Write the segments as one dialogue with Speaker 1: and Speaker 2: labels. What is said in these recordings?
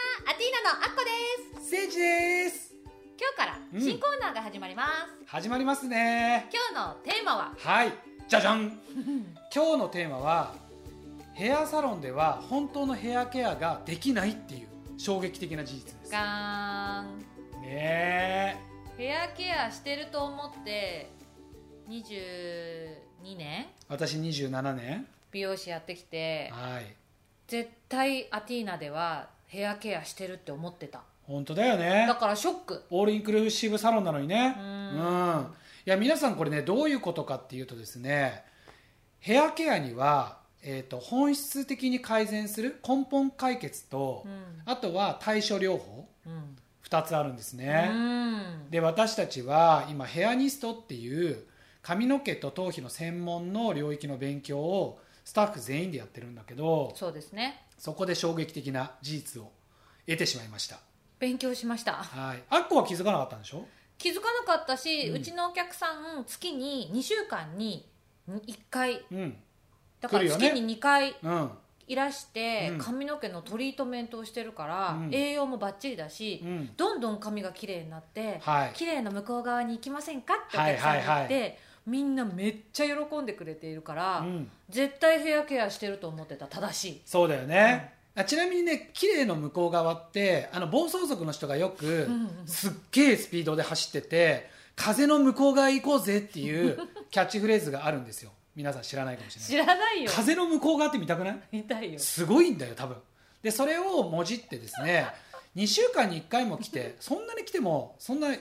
Speaker 1: のあっこです
Speaker 2: 聖地です
Speaker 1: 今日から
Speaker 2: うん
Speaker 1: 新コーナーが始まります、
Speaker 2: 始まりますね
Speaker 1: 今日のテーマ は
Speaker 2: はいじゃじゃん今日のテーマはヘアサロンでは本当のヘアケアができないっていう衝撃的な事実ですね
Speaker 1: ガーン
Speaker 2: え
Speaker 1: ヘアケアしてると思って22年
Speaker 2: 私27年
Speaker 1: 美容師やってきて
Speaker 2: はい
Speaker 1: 絶対アティーナではヘアケアしてるって思ってた
Speaker 2: 本当だよ
Speaker 1: だ
Speaker 2: ね
Speaker 1: からショック
Speaker 2: オールインクルーシブサロンなのにね
Speaker 1: う
Speaker 2: うんんいや皆さんこれねどういうことかっていうとですねヘアケアには、えー、と本質的に改善する根本解決と、
Speaker 1: うん
Speaker 2: あとは対処療法
Speaker 1: うん
Speaker 2: 2つあるんです
Speaker 1: う
Speaker 2: ね、
Speaker 1: ん
Speaker 2: で私たちは今ヘアニストっていう髪の毛と頭皮の専門の領域の勉強をスタッフ全員でやってるんだけど
Speaker 1: そうですね
Speaker 2: そこで衝撃的な事実を得てしまいました
Speaker 1: 勉強しました
Speaker 2: はいあっこは気づかなかったんでしょ
Speaker 1: 気づかなかったし、う
Speaker 2: うん
Speaker 1: ちのお客さん月に2週間に1回
Speaker 2: うん
Speaker 1: だか
Speaker 2: 来
Speaker 1: ら
Speaker 2: るよね
Speaker 1: 月に2回
Speaker 2: うん
Speaker 1: いらして、
Speaker 2: うん
Speaker 1: 髪の毛のトリートメントをしてるから、
Speaker 2: うん
Speaker 1: 栄養もバッチリだし、
Speaker 2: うん
Speaker 1: どんどん髪が綺麗になって
Speaker 2: はい
Speaker 1: 綺麗な向こう側に行きませんかってお客さんに
Speaker 2: はい
Speaker 1: 言
Speaker 2: は
Speaker 1: っ
Speaker 2: い
Speaker 1: てみんなめっちゃ喜んでくれているから、
Speaker 2: うん
Speaker 1: 絶対ヘアケアしてると思ってた正しい。
Speaker 2: そうだよね、あちなみにね綺麗の向こう側ってあの暴走族の人がよく
Speaker 1: うん
Speaker 2: すっげえスピードで走ってて風の向こう側行こうぜっていう キャッチフレーズがあるんですよ皆さん知らないかもしれ
Speaker 1: 知
Speaker 2: ない
Speaker 1: らないよ
Speaker 2: 風の向こう側って見たくない
Speaker 1: 見たいよ
Speaker 2: すごいんだよ多分でそれをもじってですね2週 間に1回も来てそんなに来てもそんな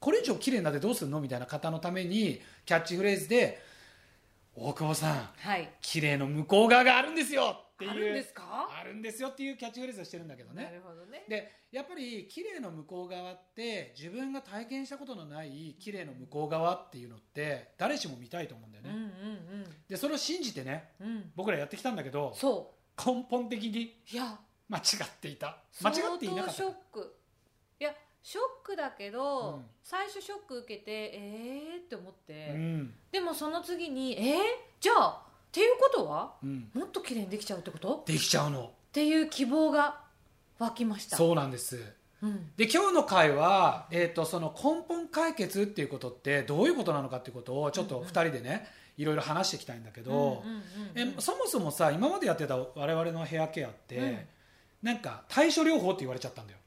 Speaker 2: これ以上綺麗になってどうするのみたいな方のためにキャッチフレーズで「大久保さん
Speaker 1: はい
Speaker 2: 綺麗の向こう側があるんですよ!」っていう
Speaker 1: あるんですか
Speaker 2: あるんですよっていうキャッチフレーズをしてるんだけど
Speaker 1: な
Speaker 2: ね
Speaker 1: るほどね
Speaker 2: でやっぱり綺麗の向こう側って自分が体験したことのない綺麗の向こう側っていうのって誰しも見たいと思うんだよ
Speaker 1: う
Speaker 2: ね、
Speaker 1: ん
Speaker 2: でそれを信じてね
Speaker 1: うんうんうん
Speaker 2: 僕らやってきたんだけど
Speaker 1: そ
Speaker 2: 根本的に
Speaker 1: ういや
Speaker 2: 間違っていた間違っていなか
Speaker 1: 相当
Speaker 2: った
Speaker 1: ショックいやショックだけど、
Speaker 2: うん
Speaker 1: 最初ショック受けてえーって思って、
Speaker 2: うん
Speaker 1: でもその次にえー、じゃあっていうことは
Speaker 2: うん、
Speaker 1: もっと綺麗にできちゃうってことっ
Speaker 2: できちゃうの
Speaker 1: ていう希望が湧きましたう、
Speaker 2: そうなんです
Speaker 1: ん、
Speaker 2: で今日の回は、えー、とその根本解決っていうことってどういうことなのかっていうことをちょっと2人でね、いろいろ話していきたいんだけど、
Speaker 1: うんうんうんうん
Speaker 2: えそもそもさ今までやってた我々のヘアケアって、
Speaker 1: うん
Speaker 2: なんか対処療法って言われちゃったんだよ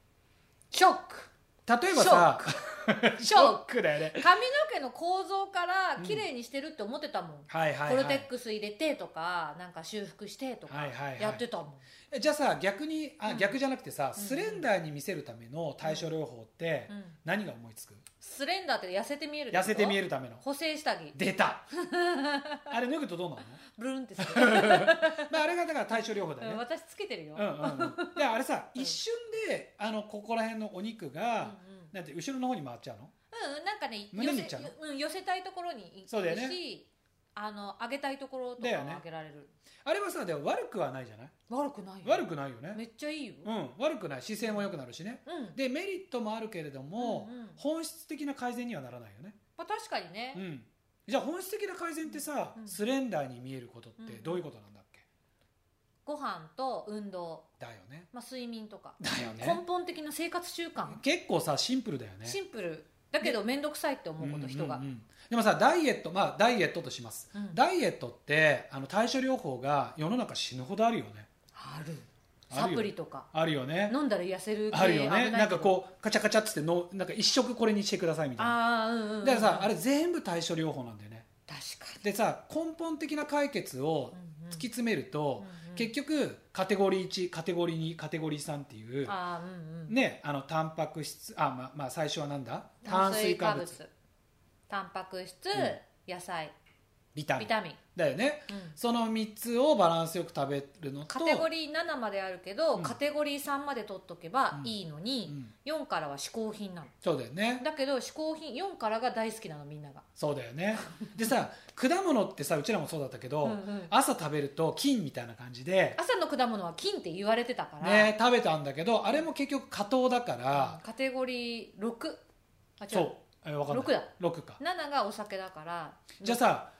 Speaker 1: ショック
Speaker 2: 例えばさ
Speaker 1: ショック
Speaker 2: だよね
Speaker 1: 髪の毛の構造から
Speaker 2: うん
Speaker 1: 綺麗にしてるって思ってたもん、
Speaker 2: はいはい、
Speaker 1: コ
Speaker 2: は
Speaker 1: ルテッ
Speaker 2: い、
Speaker 1: クス入れてとかなんか修復してとか
Speaker 2: はいはいはい
Speaker 1: やってたもん、
Speaker 2: えじゃあさ逆にあ、
Speaker 1: うん
Speaker 2: 逆じゃなくてさ、
Speaker 1: うん
Speaker 2: スレンダーに見せるための対処療法って
Speaker 1: うん
Speaker 2: 何が思いつく、
Speaker 1: スレンダーって痩せて見える
Speaker 2: 痩せて見え
Speaker 1: る
Speaker 2: るための
Speaker 1: 補正下着
Speaker 2: 出たあれ脱ぐとどうなる
Speaker 1: ブルンってする
Speaker 2: の、まあ、あれがだから対処療法だよ
Speaker 1: うん
Speaker 2: ね
Speaker 1: 私つけてるよ、
Speaker 2: うんうんうんであれさ、
Speaker 1: うん
Speaker 2: 一瞬であのここら辺のお肉
Speaker 1: うんう
Speaker 2: が、
Speaker 1: ん
Speaker 2: なんて後ろの方に回っちゃうの
Speaker 1: うんなんかね
Speaker 2: 胸にい
Speaker 1: 寄
Speaker 2: っち
Speaker 1: せ,
Speaker 2: ゃうの、
Speaker 1: うん、寄せたいところに
Speaker 2: そう
Speaker 1: 行
Speaker 2: だ
Speaker 1: く
Speaker 2: よね
Speaker 1: しあの上げたいところとか
Speaker 2: だよ
Speaker 1: も
Speaker 2: ね
Speaker 1: 上げられる、
Speaker 2: あれはさでも悪くはないじゃない
Speaker 1: 悪くないよ
Speaker 2: 悪くないよね
Speaker 1: めっちゃいいよ、
Speaker 2: うん、悪くない姿勢も良くなるしね
Speaker 1: うん
Speaker 2: でメリットもあるけれども、
Speaker 1: うんうん
Speaker 2: 本質的な改善にはならないよね、
Speaker 1: まあ、確かにね、
Speaker 2: うん、じゃあ本質的な改善ってさ、
Speaker 1: うん
Speaker 2: スレンダーに見えることって
Speaker 1: うん
Speaker 2: どういうことなんだっけ、
Speaker 1: ご飯と運動、
Speaker 2: だよね
Speaker 1: まあ、睡眠とか、
Speaker 2: だよね
Speaker 1: 根本的な生活習慣、
Speaker 2: 結構さシンプルだよね
Speaker 1: シンプルだけど面倒くさいって思うこと人が、
Speaker 2: うんうんうんでもさダイエットまあダイエットとします、
Speaker 1: うん
Speaker 2: ダイエットってあの対処療法が世の中死ぬほどあるよね
Speaker 1: ある
Speaker 2: あるよ
Speaker 1: サプリとか
Speaker 2: あるよね
Speaker 1: 飲んだら痩せる系
Speaker 2: あるよ
Speaker 1: 危い
Speaker 2: ね
Speaker 1: けど
Speaker 2: なんかこうカチャカチャっつってのなんか一食これにしてくださいみたいな
Speaker 1: ああうんうんうん
Speaker 2: だからさあれ全部対処療法なんだよね
Speaker 1: 確か
Speaker 2: でさ根本的な解決を
Speaker 1: に、
Speaker 2: 突き詰めると、結局カテゴリー1カテゴリー2カテゴリー3っていう、
Speaker 1: ああーうんうん
Speaker 2: ねあのタンパク質あままあ最初はなんだ
Speaker 1: 炭
Speaker 2: 炭
Speaker 1: 水
Speaker 2: 水
Speaker 1: 化
Speaker 2: 化
Speaker 1: 物
Speaker 2: 物
Speaker 1: タンパク質、
Speaker 2: う
Speaker 1: 野菜
Speaker 2: ビタミ
Speaker 1: ビ
Speaker 2: ン
Speaker 1: タミン、
Speaker 2: だよね
Speaker 1: うん
Speaker 2: その3つをバランスよく食べるのと
Speaker 1: カテゴリー7まであるけど、
Speaker 2: うん
Speaker 1: カテゴリー3まで取っとけばいいの
Speaker 2: う
Speaker 1: に、
Speaker 2: ん
Speaker 1: 4からは嗜好品なの
Speaker 2: そうだよね
Speaker 1: だけど嗜好品4からが大好きなのみんなが、
Speaker 2: そうだよねでさ 果物ってさうちらもそうだったけど、
Speaker 1: うんうん
Speaker 2: 朝食べると菌みたいな感じで、
Speaker 1: 朝の果物は金って言われてたから、
Speaker 2: ね、食べたんだけどあれも結局果糖だから、
Speaker 1: カテゴリー6あ違
Speaker 2: そううえ分かんない
Speaker 1: 6だ
Speaker 2: 六か
Speaker 1: 7がお酒だから
Speaker 2: じゃあさ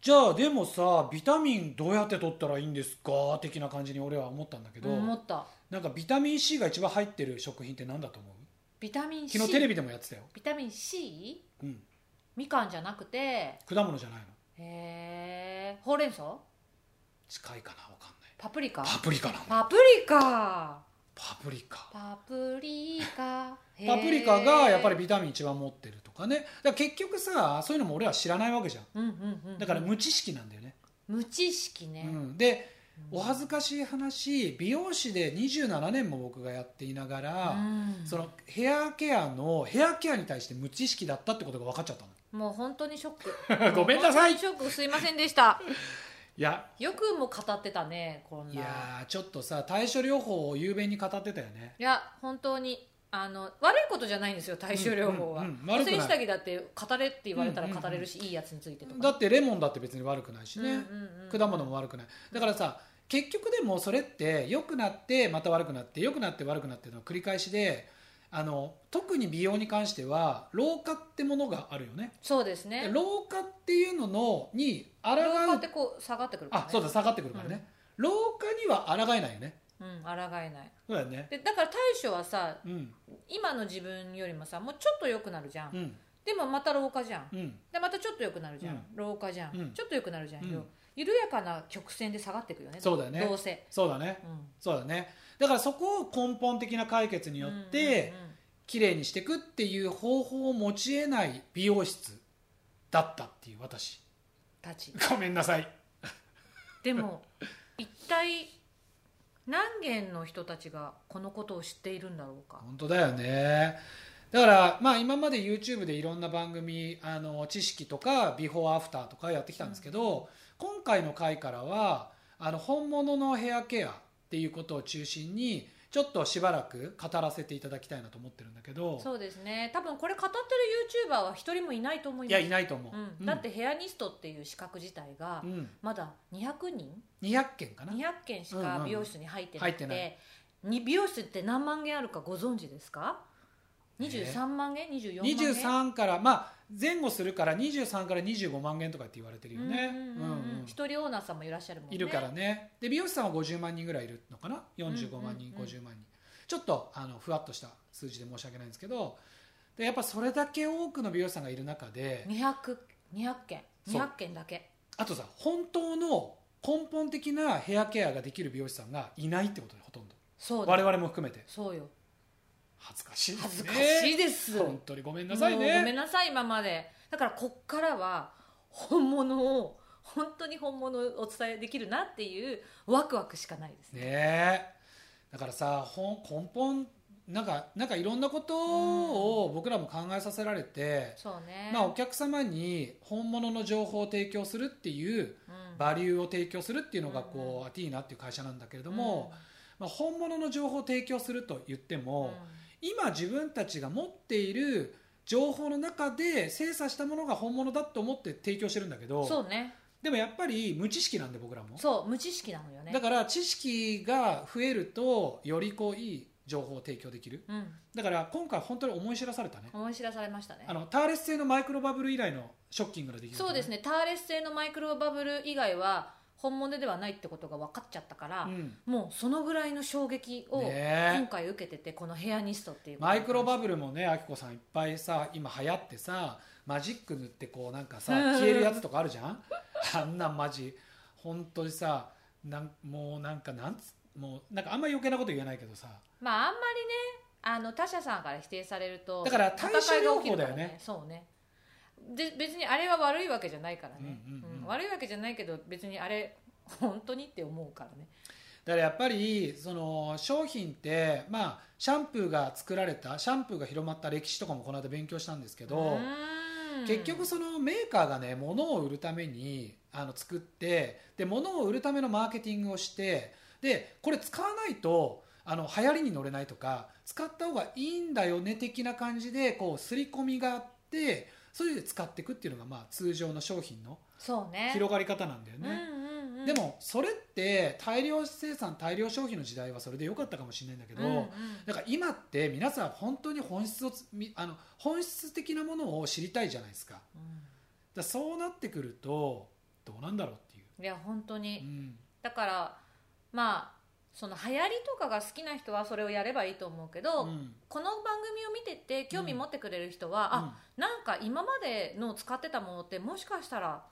Speaker 2: じゃあでもさビタミンどうやって取ったらいいんですか的な感じに俺は思ったんだけど、
Speaker 1: 思った
Speaker 2: なんかビタミン C が一番入ってる食品って何だと思う
Speaker 1: ビタミン C
Speaker 2: 昨日テレビでもやってたよ、
Speaker 1: ビタミン C
Speaker 2: うん、
Speaker 1: みかんじゃなくて
Speaker 2: 果物じゃないの
Speaker 1: えー、ほうれん草
Speaker 2: 近いかなわかんない
Speaker 1: パプリカ
Speaker 2: パプリカなの
Speaker 1: パプリカ
Speaker 2: パプリカ
Speaker 1: パプリカへー
Speaker 2: パプリカがやっぱりビタミン一番持ってるとかねだから結局さそういうのも俺は知らないわけじゃん
Speaker 1: うんうんうんうん
Speaker 2: だから無知識なんだよね、
Speaker 1: 無知識
Speaker 2: う
Speaker 1: ね、
Speaker 2: ん、でお恥ずかしい話美容師で27年も僕がやっていながら、
Speaker 1: うん
Speaker 2: そのヘアケアのヘアケアに対して無知識だったってことが分かっちゃったの
Speaker 1: もう本当にショック
Speaker 2: ごめんなさい
Speaker 1: もう本当にショックすいませんでした
Speaker 2: いや
Speaker 1: よくも語ってたねこんない
Speaker 2: いやーちょっとさ対処療法を雄弁に語ってたよね
Speaker 1: や本当にあの悪いことじゃないんですよ対症療法は
Speaker 2: うんうんうん悪
Speaker 1: 女
Speaker 2: くな
Speaker 1: 性
Speaker 2: い
Speaker 1: 下着だって語れって言われたら
Speaker 2: うんうんうん
Speaker 1: 語れるし、いいやつについてとかね
Speaker 2: だってレモンだって別に悪くないしね、
Speaker 1: うんうんうん
Speaker 2: 果物も悪くないだからさ結局でもそれって良くなってまた悪くなって良くなって悪くなっての繰り返しであの特に美容に関しては老化ってものがあるよね
Speaker 1: そうですね
Speaker 2: 老化っていうののに
Speaker 1: 老
Speaker 2: 抗
Speaker 1: 化っ
Speaker 2: う
Speaker 1: てこう下がってくるから、ね、
Speaker 2: あそうだ下がってくるからね、老化には抗えないよね
Speaker 1: うん抗えない
Speaker 2: そうだよね
Speaker 1: でだから対処はさ
Speaker 2: うん
Speaker 1: 今の自分よりもさもうちょっと良くなるじゃん、
Speaker 2: うん
Speaker 1: でもまた老化じゃん
Speaker 2: うん
Speaker 1: でまたちょっと良くなるじゃん、
Speaker 2: うん
Speaker 1: 老化じゃん、
Speaker 2: うん
Speaker 1: ちょっと良くなるじゃん、
Speaker 2: うん
Speaker 1: 緩やかな曲線で下がっていくよね
Speaker 2: そうだよね
Speaker 1: どうせ、
Speaker 2: そうだね
Speaker 1: うん
Speaker 2: そうだねだからそこを根本的な解決によって、
Speaker 1: うんうんうん
Speaker 2: 綺麗にしていくっていう方法を持ち得ない美容室だったっていう私
Speaker 1: たち
Speaker 2: ごめんなさい
Speaker 1: でも一体何件の人たちがこのことを知っているんだろうか
Speaker 2: 本当だよねだからまあ今まで YouTube でいろんな番組あの知識とかビフォーアフターとかやってきたんですけど、今回の回からはあの本物のヘアケアっていうことを中心にちょっとしばらく語らせていただきたいなと思ってるんだけど
Speaker 1: そうですね多分これ語ってる YouTuber は一人もいないと思います
Speaker 2: いやいないと思う、
Speaker 1: うん、だってヘアニストっていう資格自体が
Speaker 2: うん、うん
Speaker 1: まだ200人
Speaker 2: 200件かな
Speaker 1: 200件し
Speaker 2: うんうんう
Speaker 1: か
Speaker 2: ん
Speaker 1: 美容室に入ってなくて,
Speaker 2: 入ってな
Speaker 1: に美容室って何万件あるかご存知ですか23万件24万件
Speaker 2: 23からまあ前後するから23から25万円とかって言われてるよね
Speaker 1: うん
Speaker 2: う
Speaker 1: うんん
Speaker 2: う
Speaker 1: うんんうん一人オーナーさんもいらっしゃるもんね
Speaker 2: いるからねで美容師さんは50万人ぐらいいるのかな45万人
Speaker 1: うんうんうん
Speaker 2: 50万人ちょっとあのふわっとした数字で申し訳ないんですけどでやっぱそれだけ多くの美容師さんがいる中で
Speaker 1: 200, 200件
Speaker 2: そう
Speaker 1: 200件だけ
Speaker 2: あとさ本当の根本的なヘアケアができる美容師さんがいないってことでほとんど
Speaker 1: そうだ
Speaker 2: 我々も含めて
Speaker 1: そうよ
Speaker 2: 恥ずかしいで
Speaker 1: 恥
Speaker 2: す
Speaker 1: ずか
Speaker 2: ね
Speaker 1: しいです、
Speaker 2: 本当にごめんなさい
Speaker 1: もうごめ
Speaker 2: ね
Speaker 1: んなさい今までだからこっからは本物を本当に本物をお伝えできるなっていうワクワクしかないですね
Speaker 2: ねえだからさほん根本なんかなんかいろんなことを僕らも考えさせられて、
Speaker 1: そうね、
Speaker 2: まあ、お客様に本物の情報を提供するっていう
Speaker 1: うん
Speaker 2: バリューを提供するっていうのがこう、
Speaker 1: うん
Speaker 2: アティーナっていう会社なんだけれども、まあ、本物の情報を提供すると言って
Speaker 1: うん
Speaker 2: も、今自分たちが持っている情報の中で精査したものが本物だと思って提供してるんだけ
Speaker 1: うん
Speaker 2: ど
Speaker 1: そうね
Speaker 2: でもやっぱり無知識なんで僕らも
Speaker 1: そう無知識なのよね
Speaker 2: だから知識が増えるとよりこういい情報を提供できる
Speaker 1: うん
Speaker 2: だから今回本当に思い知らされたね、
Speaker 1: 思い知らされましたね
Speaker 2: あのターレス製のマイクロバブル以来のショッキングな出来事
Speaker 1: そうですねターレス製のマイクロバブル以外は本物ではないってことが分かっちゃったから、
Speaker 2: うん
Speaker 1: もうそのぐらいの衝撃を
Speaker 2: ねえ
Speaker 1: 今回受けててこのヘアニストっていうこと
Speaker 2: マイクロバブルもねあきこさんいっぱいさ今流行ってさマジック塗ってこうなんかさ
Speaker 1: うん
Speaker 2: 消えるやつとかあるじゃんあんなんマジ本当にさなんもうなんかなんつもうなんかあんまり余計なこと言えないけどさ
Speaker 1: まああんまりねあの他社さんから否定されると
Speaker 2: だから対処
Speaker 1: 戦いが
Speaker 2: 療
Speaker 1: 起き
Speaker 2: 法
Speaker 1: るか
Speaker 2: だ
Speaker 1: ら
Speaker 2: よね
Speaker 1: そうねで別にあれは悪いわけじゃないからね、
Speaker 2: うんうんうん
Speaker 1: うん悪いわけじゃないけど別にあれ本当にって思うからね
Speaker 2: だからやっぱりその商品ってまあシャンプーが作られたシャンプーが広まった歴史とかもこの間勉強したんですけど、
Speaker 1: うーん
Speaker 2: 結局そのメーカーがね物を売るためにあの作ってで物を売るためのマーケティングをしてでこれ使わないとあの流行りに乗れないとか使った方がいいんだよね的な感じでこう刷り込みがあってそれで使っていくっていうのがまあ通常の商品の
Speaker 1: そうね
Speaker 2: 広がり方なんだよ
Speaker 1: うん
Speaker 2: ね。
Speaker 1: うんうん
Speaker 2: でもそれって大量生産大量消費の時代はそれで良かったかもしれないんだけど、
Speaker 1: うんうん
Speaker 2: だから今って皆さん本当に本質をつみあの本質的なものを知りたいじゃないですか。
Speaker 1: うん
Speaker 2: だからそうなってくるとどうなんだろうっていう、
Speaker 1: いや本当
Speaker 2: う
Speaker 1: に
Speaker 2: ん
Speaker 1: だからまあその流行りとかが好きな人はそれをやればいいと思うけど、
Speaker 2: うん
Speaker 1: この番組を見てて興味持ってくれる人は、あなんか今までの使ってたものってもしかしたら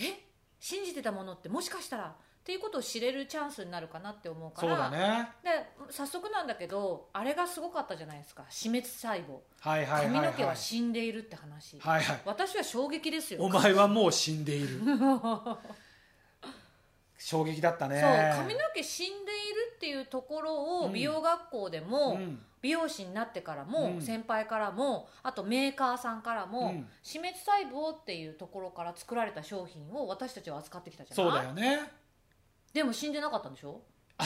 Speaker 1: え信じてたものってもしかしたらっていうことを知れるチャンスになるかなって思うから
Speaker 2: そうだね
Speaker 1: で早速なんだけどあれがすごかったじゃないですか死滅細胞
Speaker 2: はいはいはい、
Speaker 1: 髪
Speaker 2: はい、
Speaker 1: の毛は死んでいるって話、
Speaker 2: はいはい
Speaker 1: 私は衝撃ですよ
Speaker 2: お 前はもう死んでいる衝撃だったね
Speaker 1: そう髪の毛死んでいるっていうところ
Speaker 2: う
Speaker 1: を
Speaker 2: ん
Speaker 1: 美容学校でも、
Speaker 2: うん
Speaker 1: 美容師になってからも、
Speaker 2: うん
Speaker 1: 先輩からもあとメーカーさんからも、
Speaker 2: うん
Speaker 1: 死滅細胞っていうところから作られた商品を私たちは扱ってきたじゃない
Speaker 2: そうだよね
Speaker 1: でも死んでなかったんでしょ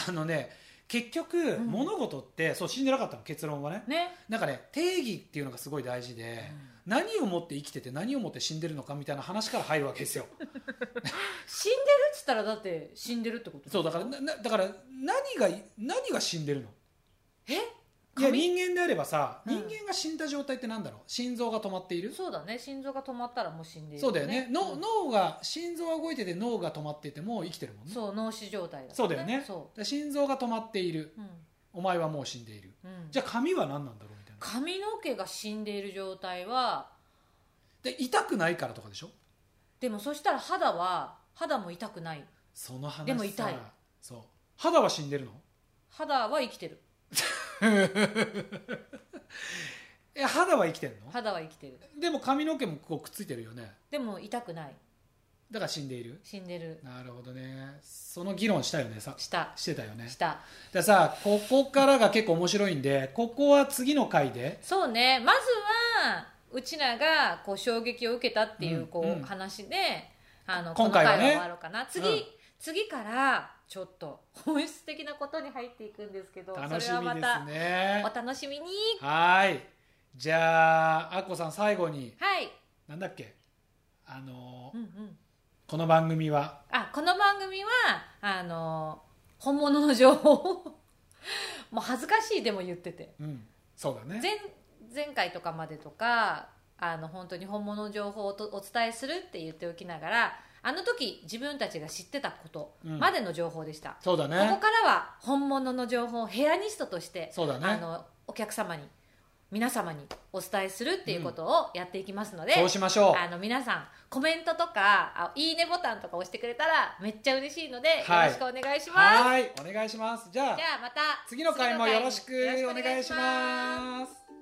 Speaker 2: あのね結局、
Speaker 1: ん
Speaker 2: 物事ってそう死んでなかったの結論はね
Speaker 1: ね、
Speaker 2: なんかね定義っていうのがすごい大事で、何をもって生きてて何をもって死んでるのかみたいな話から入るわけで すよ
Speaker 1: 死んでるっつったらだって死んでるってこと
Speaker 2: そうだからななだから何が何が死んでるの
Speaker 1: え
Speaker 2: いや
Speaker 1: 髪
Speaker 2: 人間であればさ、
Speaker 1: うん
Speaker 2: 人間が死んだ状態ってなんだろう心臓が止まっている
Speaker 1: そうだね心臓が止まったらもう死んでいる
Speaker 2: そうだよねの
Speaker 1: うん
Speaker 2: 脳が心臓は動いてて脳が止まってても生きてるもんねだか
Speaker 1: そう脳死状態だ、
Speaker 2: そうだよね
Speaker 1: そ
Speaker 2: ら心臓が止まっている
Speaker 1: う、うん
Speaker 2: お前はもう死んでいる
Speaker 1: うん、
Speaker 2: じゃあ髪は何なんだろうみたいな
Speaker 1: 髪の毛が死んでいる状態は
Speaker 2: で痛くないからとかでしょ
Speaker 1: でもそしたら肌は肌も痛くない
Speaker 2: その話さ
Speaker 1: でも痛い
Speaker 2: そう肌は死んでるの
Speaker 1: 肌は生きてる
Speaker 2: え肌は生きてるの
Speaker 1: 肌は生きてる
Speaker 2: でも髪の毛もこうくっついてるよね
Speaker 1: でも痛くない
Speaker 2: だから死んでいる
Speaker 1: 死んでる
Speaker 2: なるほどねその議論したよねさ
Speaker 1: した
Speaker 2: してたよね
Speaker 1: した
Speaker 2: でさここからが結構面白いんでここは次の回で
Speaker 1: そうねまずはうちらがこう衝撃を受けたっていううんこう、
Speaker 2: うん
Speaker 1: 話であの
Speaker 2: 今回はね
Speaker 1: この回終わろうかな次、
Speaker 2: うん
Speaker 1: 次からちょっと本質的なことに入っていくんですけど
Speaker 2: 楽し
Speaker 1: それは
Speaker 2: み
Speaker 1: ま
Speaker 2: で
Speaker 1: た
Speaker 2: すね
Speaker 1: お楽しみに
Speaker 2: はいじゃああっこさん最後に
Speaker 1: はい、
Speaker 2: なんだっけあのー
Speaker 1: うんうん、
Speaker 2: この番組は
Speaker 1: あこの番組はあの本物の情報を もう恥ずかしいでも言ってて
Speaker 2: うんそうだね
Speaker 1: 前前回とかまでとかあの本当に本物の情報をとお伝えするって言っておきながらあの時自分たちが知ってたこと
Speaker 2: うん
Speaker 1: までの情報でした、
Speaker 2: そうだ
Speaker 1: ここ
Speaker 2: ね
Speaker 1: からは本物の情報をヘアニストとして、
Speaker 2: そうだ
Speaker 1: あ
Speaker 2: ね
Speaker 1: のお客様に皆様にお伝えするっていうことをやっていきますので、
Speaker 2: そうしましょう
Speaker 1: あの皆さんコメントとかあいいねボタンとか押してくれたらめっちゃ嬉しいので、よ
Speaker 2: はい
Speaker 1: ろしくお願いします
Speaker 2: はーいお願いしますじゃあ
Speaker 1: じゃあまた
Speaker 2: 次の回もよろしく
Speaker 1: 次の回
Speaker 2: お願いし
Speaker 1: よろくお願いし
Speaker 2: ます